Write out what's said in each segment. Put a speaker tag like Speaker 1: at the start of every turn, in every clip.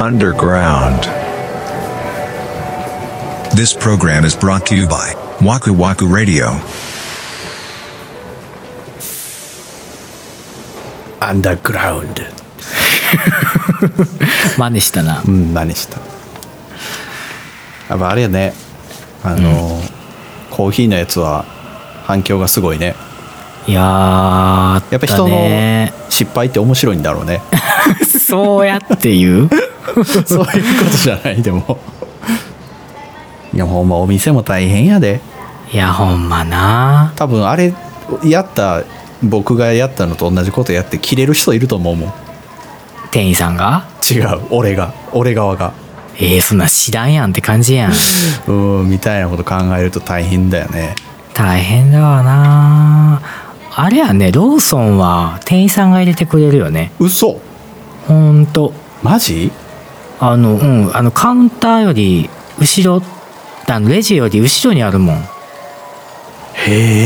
Speaker 1: underground.
Speaker 2: This program is brought to you by Waku Waku Radio.
Speaker 3: アンダーグラウンド
Speaker 4: 真似したな
Speaker 3: うん真似したやっぱあれやねあの、コーヒーのやつは反響がすごいね
Speaker 4: いやーあ
Speaker 3: や
Speaker 4: た
Speaker 3: っぱ人の
Speaker 4: ね
Speaker 3: 失敗って面白いんだろう ね
Speaker 4: そうやって言う
Speaker 3: そういうことじゃないでもいやほんまお店も大変やで
Speaker 4: いやほんまな
Speaker 3: 多分あれやった僕がやったのと同じことやって切れる人いると思うもん
Speaker 4: 店員さんが
Speaker 3: 違う俺が俺側が
Speaker 4: えー、そんなん知らんやんって感じ やん
Speaker 3: うんみたいなこと考えると大変だよね
Speaker 4: 大変だわなあれやねローソンは店員さんが入れてくれるよね
Speaker 3: 嘘
Speaker 4: ほんと
Speaker 3: マジ
Speaker 4: あのうんあのカウンターより後ろあのレジより後ろにあるもん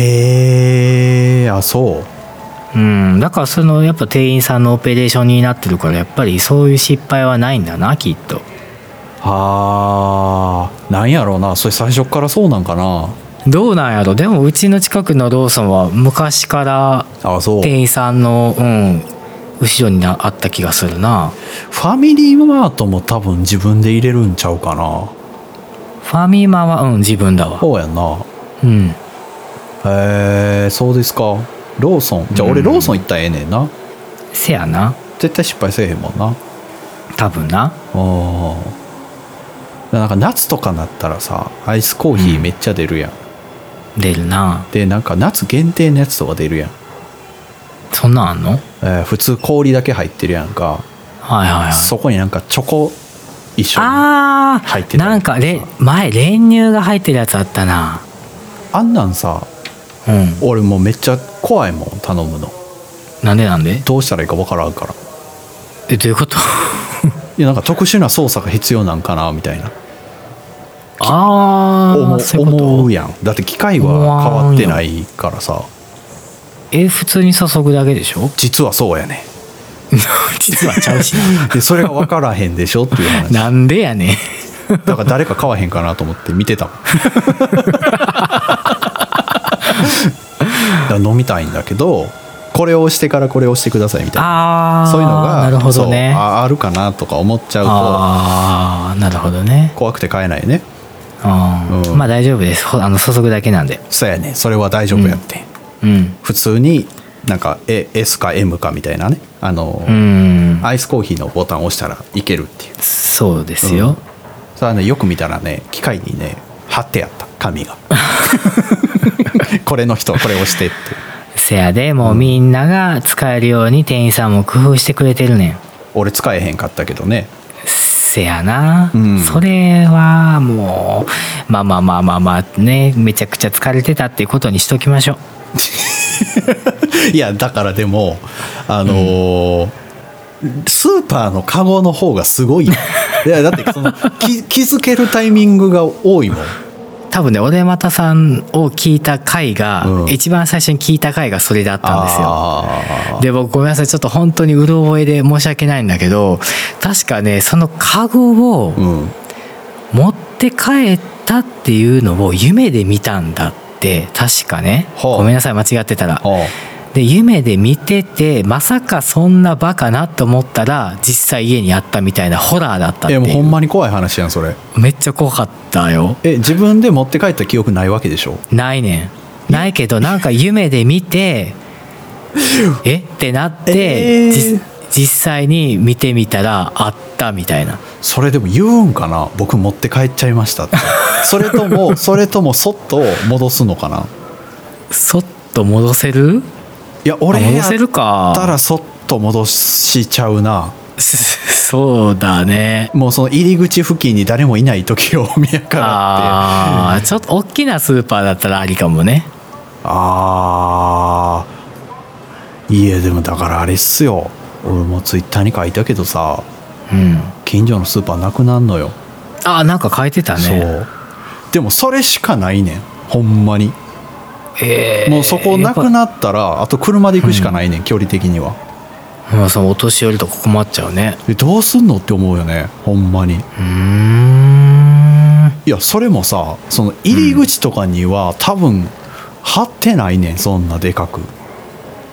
Speaker 3: へえあそう
Speaker 4: うんだからそのやっぱ店員さんのオペレーションになってるからやっぱりそういう失敗はないんだなきっと
Speaker 3: あーなんやろうなそれ最初っからそうなんかな
Speaker 4: どうなんやろでもうちの近くのローソンは昔から
Speaker 3: あそうフ
Speaker 4: 店員さんのうん後ろになあった気がするな
Speaker 3: ァミリーマートも多分自分で入れるんちゃうかな
Speaker 4: ファミマはうん自分だわ
Speaker 3: そうやんな
Speaker 4: うん
Speaker 3: へえそうですかローソンじゃあ俺ローソン行ったらええねんな、
Speaker 4: せやな
Speaker 3: 絶対失敗せえへんもんな
Speaker 4: 多分な
Speaker 3: あーなんか夏とかなったらさアイスコーヒーめっちゃ出るやん、
Speaker 4: 出るな
Speaker 3: でなんか夏限定のやつとか出るやん、
Speaker 4: そんなんあんのはい
Speaker 3: えー普通氷だけ入ってるやんか
Speaker 4: はいはい
Speaker 3: そこになんかチョコ一緒に
Speaker 4: あ
Speaker 3: 入って
Speaker 4: ー
Speaker 3: たり
Speaker 4: なんかれ前練乳が入ってるやつあったな
Speaker 3: あんなんさ
Speaker 4: うん
Speaker 3: 俺もうめっちゃ怖いもん頼むの
Speaker 4: なんでなんで
Speaker 3: どうしたらいいか分からんから
Speaker 4: えどういう こと
Speaker 3: いやなんか特殊な操作が必要なんかなみたいな
Speaker 4: あ
Speaker 3: 思
Speaker 4: あ
Speaker 3: う
Speaker 4: そういうこと
Speaker 3: 思うやんだって機械は変わってないからさ
Speaker 4: え普通に注ぐだけでしょ
Speaker 3: 実はそうやね
Speaker 4: 実はちゃうし
Speaker 3: んでそれが分からへんでしょっていう話
Speaker 4: ななんでやねん
Speaker 3: だから誰か買わへんかなと思って見てた もんだから飲みたいんだけどこれを押してからこれを押してくださいみたいな
Speaker 4: ああ
Speaker 3: そういうのが
Speaker 4: なるほどね
Speaker 3: そうああるかなとか思っちゃう
Speaker 4: ああなるほどね
Speaker 3: と怖くて買えないね
Speaker 4: あー
Speaker 3: うん
Speaker 4: まあ大丈夫ですほあの注ぐだけなんで
Speaker 3: そうやねそれは大丈夫やって、
Speaker 4: うん
Speaker 3: 普通になんかえ S か M かみたいなねあの、
Speaker 4: うん
Speaker 3: アイスコーヒーのボタンを押したらいけるっていう
Speaker 4: そうですよ、
Speaker 3: それはねよく見たらね機械にね貼ってやった紙 がこれの人はこれ押してって
Speaker 4: せやでもうみんなが使えるように店員さんも工夫してくれてるねん
Speaker 3: 俺使えへんかったけどね
Speaker 4: せやな、
Speaker 3: うん
Speaker 4: それはもうまあまあまあまあまあねめちゃくちゃ疲れてたっていうことにしときましょう
Speaker 3: いやだからでもあのースーパーのカゴの方がす ごいよいやだってその気気づけるタイミングが多いもん
Speaker 4: 多分ねおでまたさんを聞いた回が、
Speaker 3: うん
Speaker 4: 一番最初に聞いた回がそれだったんですよ
Speaker 3: あ
Speaker 4: で僕ごめんなさいちょっと本当にうろ覚えで申し訳ないんだけど確かねそのカゴを
Speaker 3: ーうん
Speaker 4: 持って帰ったっていうのを夢で見たんだって確かね
Speaker 3: ほう
Speaker 4: ごめんなさい間違ってたら
Speaker 3: は
Speaker 4: で夢で見ててまさかそんなバカなと思ったら実際家にあったみたいなホラーだったっ
Speaker 3: あ
Speaker 4: て
Speaker 3: いや
Speaker 4: いう
Speaker 3: もうほんまに怖い話やんそれ
Speaker 4: めっちゃ怖かったよ
Speaker 3: え自分で持って帰った記憶ないわけでしょ
Speaker 4: ないねんないけどなんか夢で見 てえってなっ
Speaker 3: え
Speaker 4: て、
Speaker 3: ー
Speaker 4: じ実際に見てみたらあったみたいな
Speaker 3: それでも言うんかな僕持って帰っちゃいました ってそれともそれともそっと戻すのかな
Speaker 4: そっと戻 せる
Speaker 3: いや
Speaker 4: あ
Speaker 3: 俺
Speaker 4: 戻
Speaker 3: やっ
Speaker 4: せる
Speaker 3: た
Speaker 4: から
Speaker 3: そっと戻しちゃうな
Speaker 4: そうだね
Speaker 3: もうその入り口付近に誰もいない時を見やからって
Speaker 4: ああ ちょっと大きなスーパーだったらありかもね
Speaker 3: あーいやでもだからあれっすよ俺もツイッターに書いたけどさ
Speaker 4: うん
Speaker 3: 近所のスーパーなくなんのよ、
Speaker 4: あーなんか変えてた
Speaker 3: そ
Speaker 4: ね
Speaker 3: うでもそれしかないねんほんまに
Speaker 4: えー
Speaker 3: もうそこなくなったらあと車で行くしかないねん、距離的には
Speaker 4: まあそのお年寄りとか困っちゃうね
Speaker 3: えどうすんのって思うよねほんまに
Speaker 4: うーん
Speaker 3: いやそれもさその入り口とかには、多分貼ってないねんそんなでかく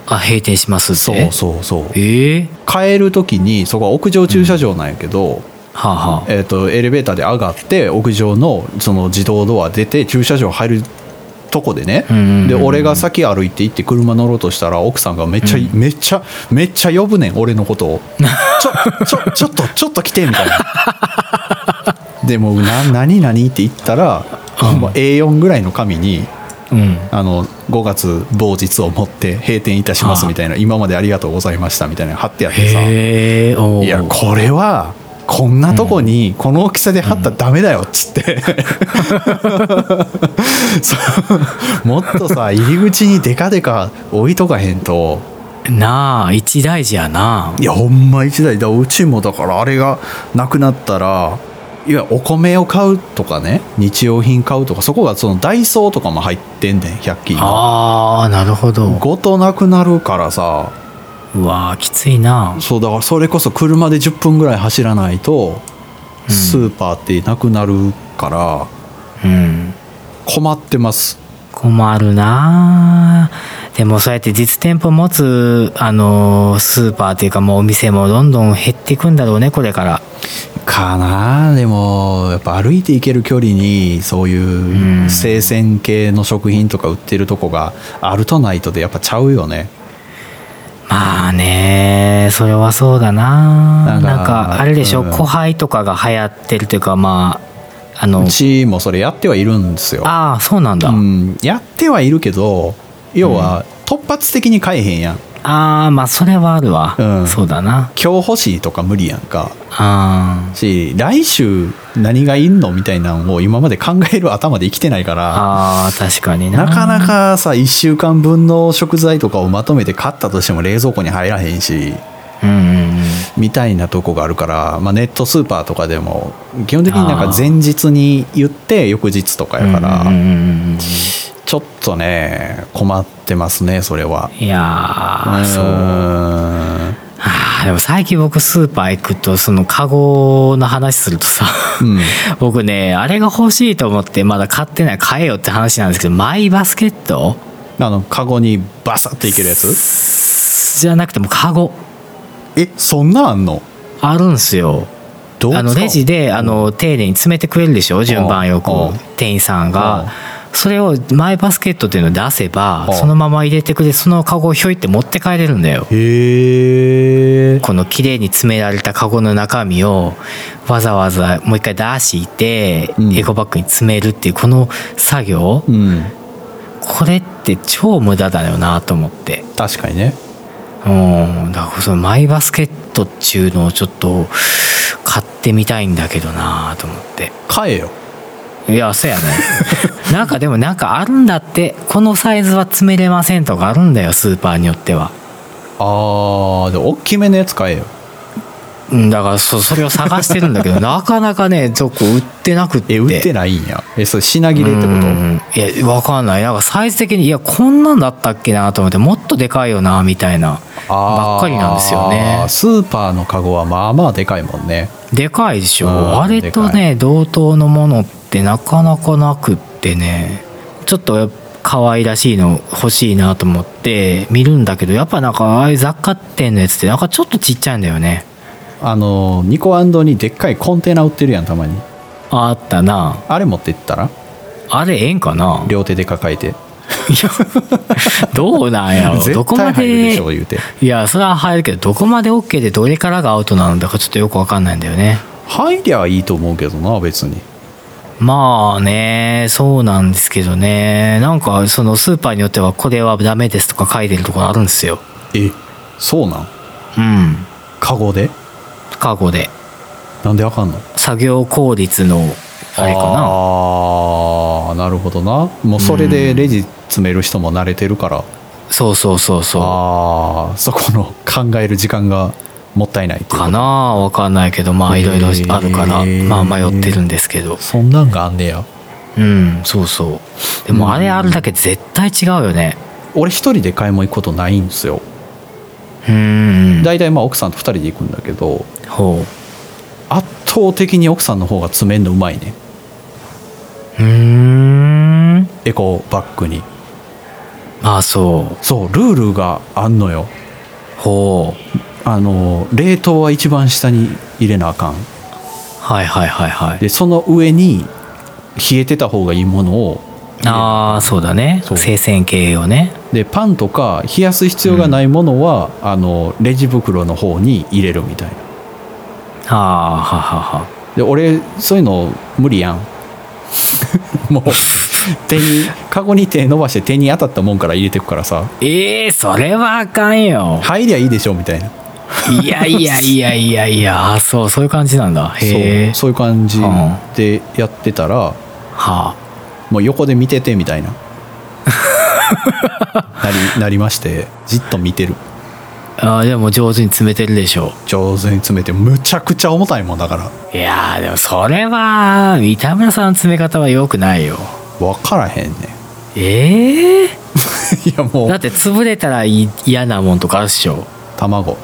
Speaker 4: あ閉店しますっ
Speaker 3: そ
Speaker 4: て
Speaker 3: うそうそう
Speaker 4: ええ
Speaker 3: 帰る時にそこは屋上駐車場なんやけど、
Speaker 4: はあ、はあ、
Speaker 3: えー、とエレベーターで上がって屋上のその自動ドア出て駐車場入るとこでね、
Speaker 4: うんうんうんうん
Speaker 3: で俺が先歩いて行って車乗ろうとしたら奥さんがめっちゃ、めっちゃめっちゃ呼ぶねん俺のことをちょ ちょちょっとちょっと来てみたいなでもうな何何って言ったら、もう A4 ぐらいの紙に
Speaker 4: うん
Speaker 3: あの5月某日をもって閉店いたしますみたいな今までありがとうございましたみたいなの貼ってあってさ
Speaker 4: へえおう
Speaker 3: いやこれはこんなとこにこの大きさで貼ったらダメだよっつって、 そうもっと さ入り口にデカデカ置いとかへんと
Speaker 4: なあ一大事やない
Speaker 3: やほんま一台だうちもだからあれがなくなったらいわゆるお米を買うとかね日用品買うとかそこがそのダイソーとかも入ってんねん100均が
Speaker 4: あーなるほど
Speaker 3: ごとなくなるからさ
Speaker 4: うわーきついな
Speaker 3: そうだからそれこそ車で10分ぐらい走らないとスーパーってなくなるから、
Speaker 4: うん
Speaker 3: 困ってます
Speaker 4: 困るなでもそうやって実店舗持つあのースーパーっていうかもうお店もどんどん減っていくんだろうねこれから
Speaker 3: かなあでもやっぱ歩いて行ける距離にそういう生鮮系の食品とか売ってるとこがあるとないとでやっぱちゃうよね
Speaker 4: まあねそれはそうだな
Speaker 3: なんか
Speaker 4: なんかあれでしょ、
Speaker 3: うん
Speaker 4: 後輩とかが流行ってるというかまああの
Speaker 3: うちもそれやってはいるんですよ、
Speaker 4: ああそうなんだ、
Speaker 3: うん、やってはいるけど要は突発的に買えへんやん
Speaker 4: ああまあそれはあるわ、
Speaker 3: うん
Speaker 4: そうだな
Speaker 3: 今日欲しいとか無理やんか
Speaker 4: あー
Speaker 3: し来週何がいんのみたいなのを今まで考える頭で生きてないから
Speaker 4: あー確かにな
Speaker 3: なかなかさ1週間分の食材とかをまとめて買ったとしても冷蔵庫に入らへんし
Speaker 4: うんうんうん
Speaker 3: みたいなとこがあるから、まあ、ネットスーパーとかでも基本的になんか前日に言って翌日とかやから、
Speaker 4: うんうんうんうん
Speaker 3: ちょっとね困ってますねそれは。
Speaker 4: いやーそう
Speaker 3: ーん
Speaker 4: あーでも最近僕スーパー行くとそのカゴの話するとさ、
Speaker 3: うん
Speaker 4: 僕ねあれが欲しいと思ってまだ買ってない買えよって話なんですけどマイバスケット
Speaker 3: あのカゴにバサッていけるやつ
Speaker 4: じゃなくてもカゴ
Speaker 3: えそんなんあんの
Speaker 4: あるんすよ
Speaker 3: どう使う
Speaker 4: あのレジであの丁寧に詰めてくれるでしょ順番よく
Speaker 3: うん
Speaker 4: 店員さん
Speaker 3: うん
Speaker 4: がそれをマイバスケットっていうのを出せば
Speaker 3: うん
Speaker 4: そのまま入れてくれそのカゴをひょいって持って帰れるんだよ
Speaker 3: へえ
Speaker 4: この綺麗に詰められたカゴの中身をわざわざもう一回出して
Speaker 3: うん
Speaker 4: エコバッグに詰めるっていうこの作業
Speaker 3: うん
Speaker 4: これって超無駄だよなと思って
Speaker 3: 確かにね
Speaker 4: うんだからそのマイバスケットっていうのをちょっと買ってみたいんだけどなと思って
Speaker 3: 買えよ
Speaker 4: いやそうやね なんかでもなんかあるんだってこのサイズは詰めれませんとかあるんだよスーパーによっては
Speaker 3: あーでも大きめのやつ買えよ
Speaker 4: うんだからそ それを探してるんだけどなかなかねちょっと売ってなくって
Speaker 3: え売ってないんやえそれ品切れってこ
Speaker 4: うんいやわかんないなんかサイズ的にいやこんなんだったっけなと思ってもっとでかいよなみたいな
Speaker 3: とあー
Speaker 4: ばっかりなんですよね
Speaker 3: スーパーのカゴはまあまあでかいもんね
Speaker 4: でかいでしょ
Speaker 3: うん
Speaker 4: あれとね同等のものってなかなかなくってねちょっとやっぱ可愛らしいの欲しいなと思って見るんだけどやっぱなんかああいう雑貨店のやつってなんかちょっとちっちゃいんだよね
Speaker 3: あのニコにでっかいコンテナ売ってるやんたまに
Speaker 4: あったな
Speaker 3: あれ持ってったら
Speaker 4: あれええんか な
Speaker 3: 両手で抱えて
Speaker 4: どうなんやろどこ
Speaker 3: 絶対
Speaker 4: ま
Speaker 3: 入るで
Speaker 4: で
Speaker 3: しょ言うて
Speaker 4: いやそれは入るけどどこまで OK でどれからがアウトなのだかちょっとよくわかんないんだよね
Speaker 3: 入りゃいいと思うけどな別に
Speaker 4: まあねそうなんですけどねなんかそのスーパーによってはこれはダメですとか書いてるところあるんですよ
Speaker 3: えそうなん
Speaker 4: うん
Speaker 3: カゴで
Speaker 4: カゴで
Speaker 3: なんであかんの
Speaker 4: 作業効率のあれか
Speaker 3: あーなるほどなもうそれでレジ詰める人も慣れてるから、
Speaker 4: なそうそうそうそ
Speaker 3: ああそこの考える時間がもったいないって
Speaker 4: う
Speaker 3: いう
Speaker 4: かなわかんないけどまあいろいろあるから
Speaker 3: へー
Speaker 4: まあ迷ってるんですけど
Speaker 3: そんなんがあんねや
Speaker 4: うんそうそうでもあれあるだけ絶対違うよね
Speaker 3: 俺一人で買い物行くことないんですよ
Speaker 4: うんうん
Speaker 3: 大体まあ奥さんと2人で行くんだけど
Speaker 4: ほ
Speaker 3: 圧倒的に奥さんの方が詰めんのうまいね
Speaker 4: ううーん
Speaker 3: エコバッグに
Speaker 4: あそ
Speaker 3: そうルールがあんのよ
Speaker 4: うほう
Speaker 3: あの冷凍は一番下に入れなあかん
Speaker 4: はいはいはいはい
Speaker 3: でその上に冷えてた方がいいものを
Speaker 4: ああそうだね
Speaker 3: そう
Speaker 4: 生鮮系をね
Speaker 3: でパンとか冷やす必要がないものは、あのレジ袋の方に入れるみたいな
Speaker 4: ああははは
Speaker 3: で俺そういうの無理やん もう手にカゴに手伸ばして手に当たったもんから入れてくからさ
Speaker 4: ええそれはあかんよ
Speaker 3: 入りゃいいでしょみたいない
Speaker 4: やいやいやいやいやあそうそういう感じなんだへえ
Speaker 3: そうそういう感じ
Speaker 4: うん
Speaker 3: でやってたら
Speaker 4: は
Speaker 3: もう横で見ててみ たいななりなりましてじっと見てる
Speaker 4: ああーでも上手に詰めてるでしょ
Speaker 3: 上手に詰めてむちゃくちゃ重たいもんだから
Speaker 4: いやーでもそれは三田村さんの詰め方は良くないよ
Speaker 3: 分からへんね
Speaker 4: ええ
Speaker 3: いやも
Speaker 4: だ
Speaker 3: う
Speaker 4: って潰れたらい嫌なもんとかあるっしょ
Speaker 3: 卵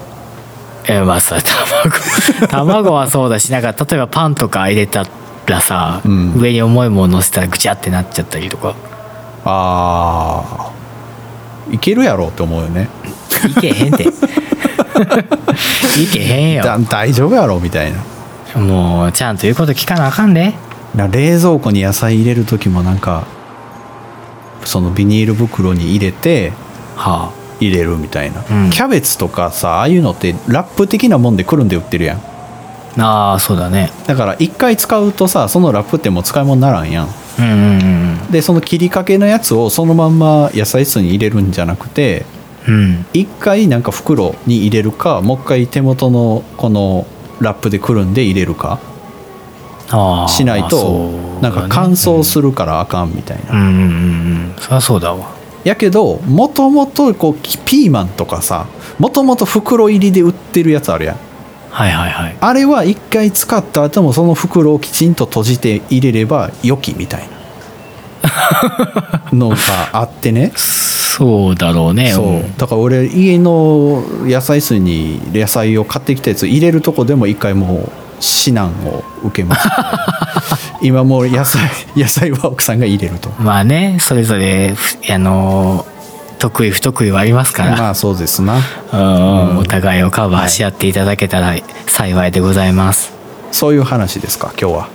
Speaker 4: えまあそ れ卵卵はそうだしなんか例えばパンとか入れたらさ、
Speaker 3: うん
Speaker 4: 上に重いもの乗せたらぐちゃってなっちゃったりとか
Speaker 3: あーいけるやろって思うよね
Speaker 4: いけへんていけへん
Speaker 3: だ
Speaker 4: よ
Speaker 3: 大丈夫やろみたいな
Speaker 4: もうちゃんと言うこと聞かなあかんで
Speaker 3: な冷蔵庫に野菜入れる時もなんかそのビニール袋に入れて
Speaker 4: は
Speaker 3: 入れるみたいな、
Speaker 4: うん
Speaker 3: キャベツとかさああいうのってラップ的なもんでくるんで売ってるやん
Speaker 4: あああそうだね
Speaker 3: だから一回使うとさそのラップってもう使い物にならんやん
Speaker 4: うんうんうん
Speaker 3: でその切りかけのやつをそのまんま野菜室に入れるんじゃなくて
Speaker 4: うん
Speaker 3: 一回なんか袋に入れるかもう一回手元のこのラップでくるんで入れるか
Speaker 4: ああ
Speaker 3: しないと
Speaker 4: そうだ
Speaker 3: なんか
Speaker 4: ね
Speaker 3: 乾燥するからあかんみたいな、
Speaker 4: うんうんうんうんそりゃそうだわ
Speaker 3: やけどもともとこうきピーマンとかさもともと袋入りで売ってるやつあるやん
Speaker 4: はいはいはい
Speaker 3: あれは一回使った後もその袋をきちんと閉じて入れれば良きみた いなのがあってね
Speaker 4: そうだろうね
Speaker 3: そうだから俺家の野菜室に野菜を買ってきたやつ入れるとこでも一回もう指南を受け ました今もう野菜野菜は奥さんが入れると
Speaker 4: まあねそれぞれふあのー得意不得意はありますから、
Speaker 3: まあそうですな
Speaker 4: うんお互いをカバーし合っていただけたら幸いでございます、
Speaker 3: そういう話ですか今日は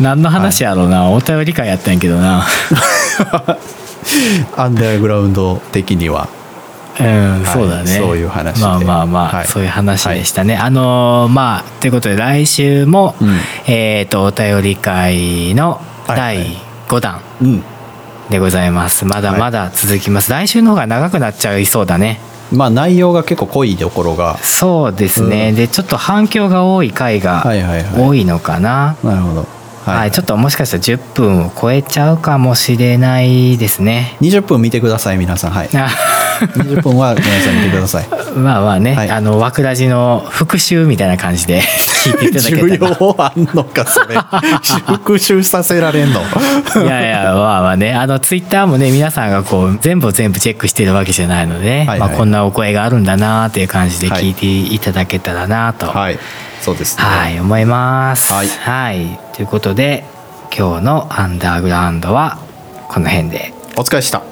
Speaker 4: 何の話やろうな、お便り会やったんやけどな
Speaker 3: アンダーグラウンド的には
Speaker 4: うん、そうだね
Speaker 3: そういう話で
Speaker 4: まあまあまあ、
Speaker 3: はい
Speaker 4: そういう話でしたね、あのーまあということで来週も、
Speaker 3: うん
Speaker 4: えっ、とお便り会の
Speaker 3: はい
Speaker 4: 第
Speaker 3: はい
Speaker 4: 5弾
Speaker 3: うん
Speaker 4: でございます、まだまだ続きます、来週の方が長くなっちゃいそうだね
Speaker 3: まあ内容が結構濃いところが
Speaker 4: そうですね、でちょっと反響が多い回が
Speaker 3: はいはいはい
Speaker 4: 多いのかな、
Speaker 3: なるほど
Speaker 4: はい、ちょっともしかしたら10分を超えちゃうかもしれないですね。
Speaker 3: 20分見てください皆さんはい
Speaker 4: あ
Speaker 3: 20分は皆さん見てくだ さい
Speaker 4: まあまあね、
Speaker 3: はい
Speaker 4: あの枠ラジの復習みたいな感じで 聞いていた だ
Speaker 3: 重
Speaker 4: けたら。
Speaker 3: 要あんのか それ復習させられんの
Speaker 4: いやいやまあまあねあのツイッターもね皆さんがこう全部を全部チェックしてるわけじゃないので、
Speaker 3: はいはい
Speaker 4: まあ、こんなお声があるんだなっていう感じで聞いていただけたらなと、はい
Speaker 3: はいそうですね
Speaker 4: 思います、
Speaker 3: はい
Speaker 4: はい。ということで今日の「アンダーグラウンド」はこの辺で。
Speaker 3: お疲れでした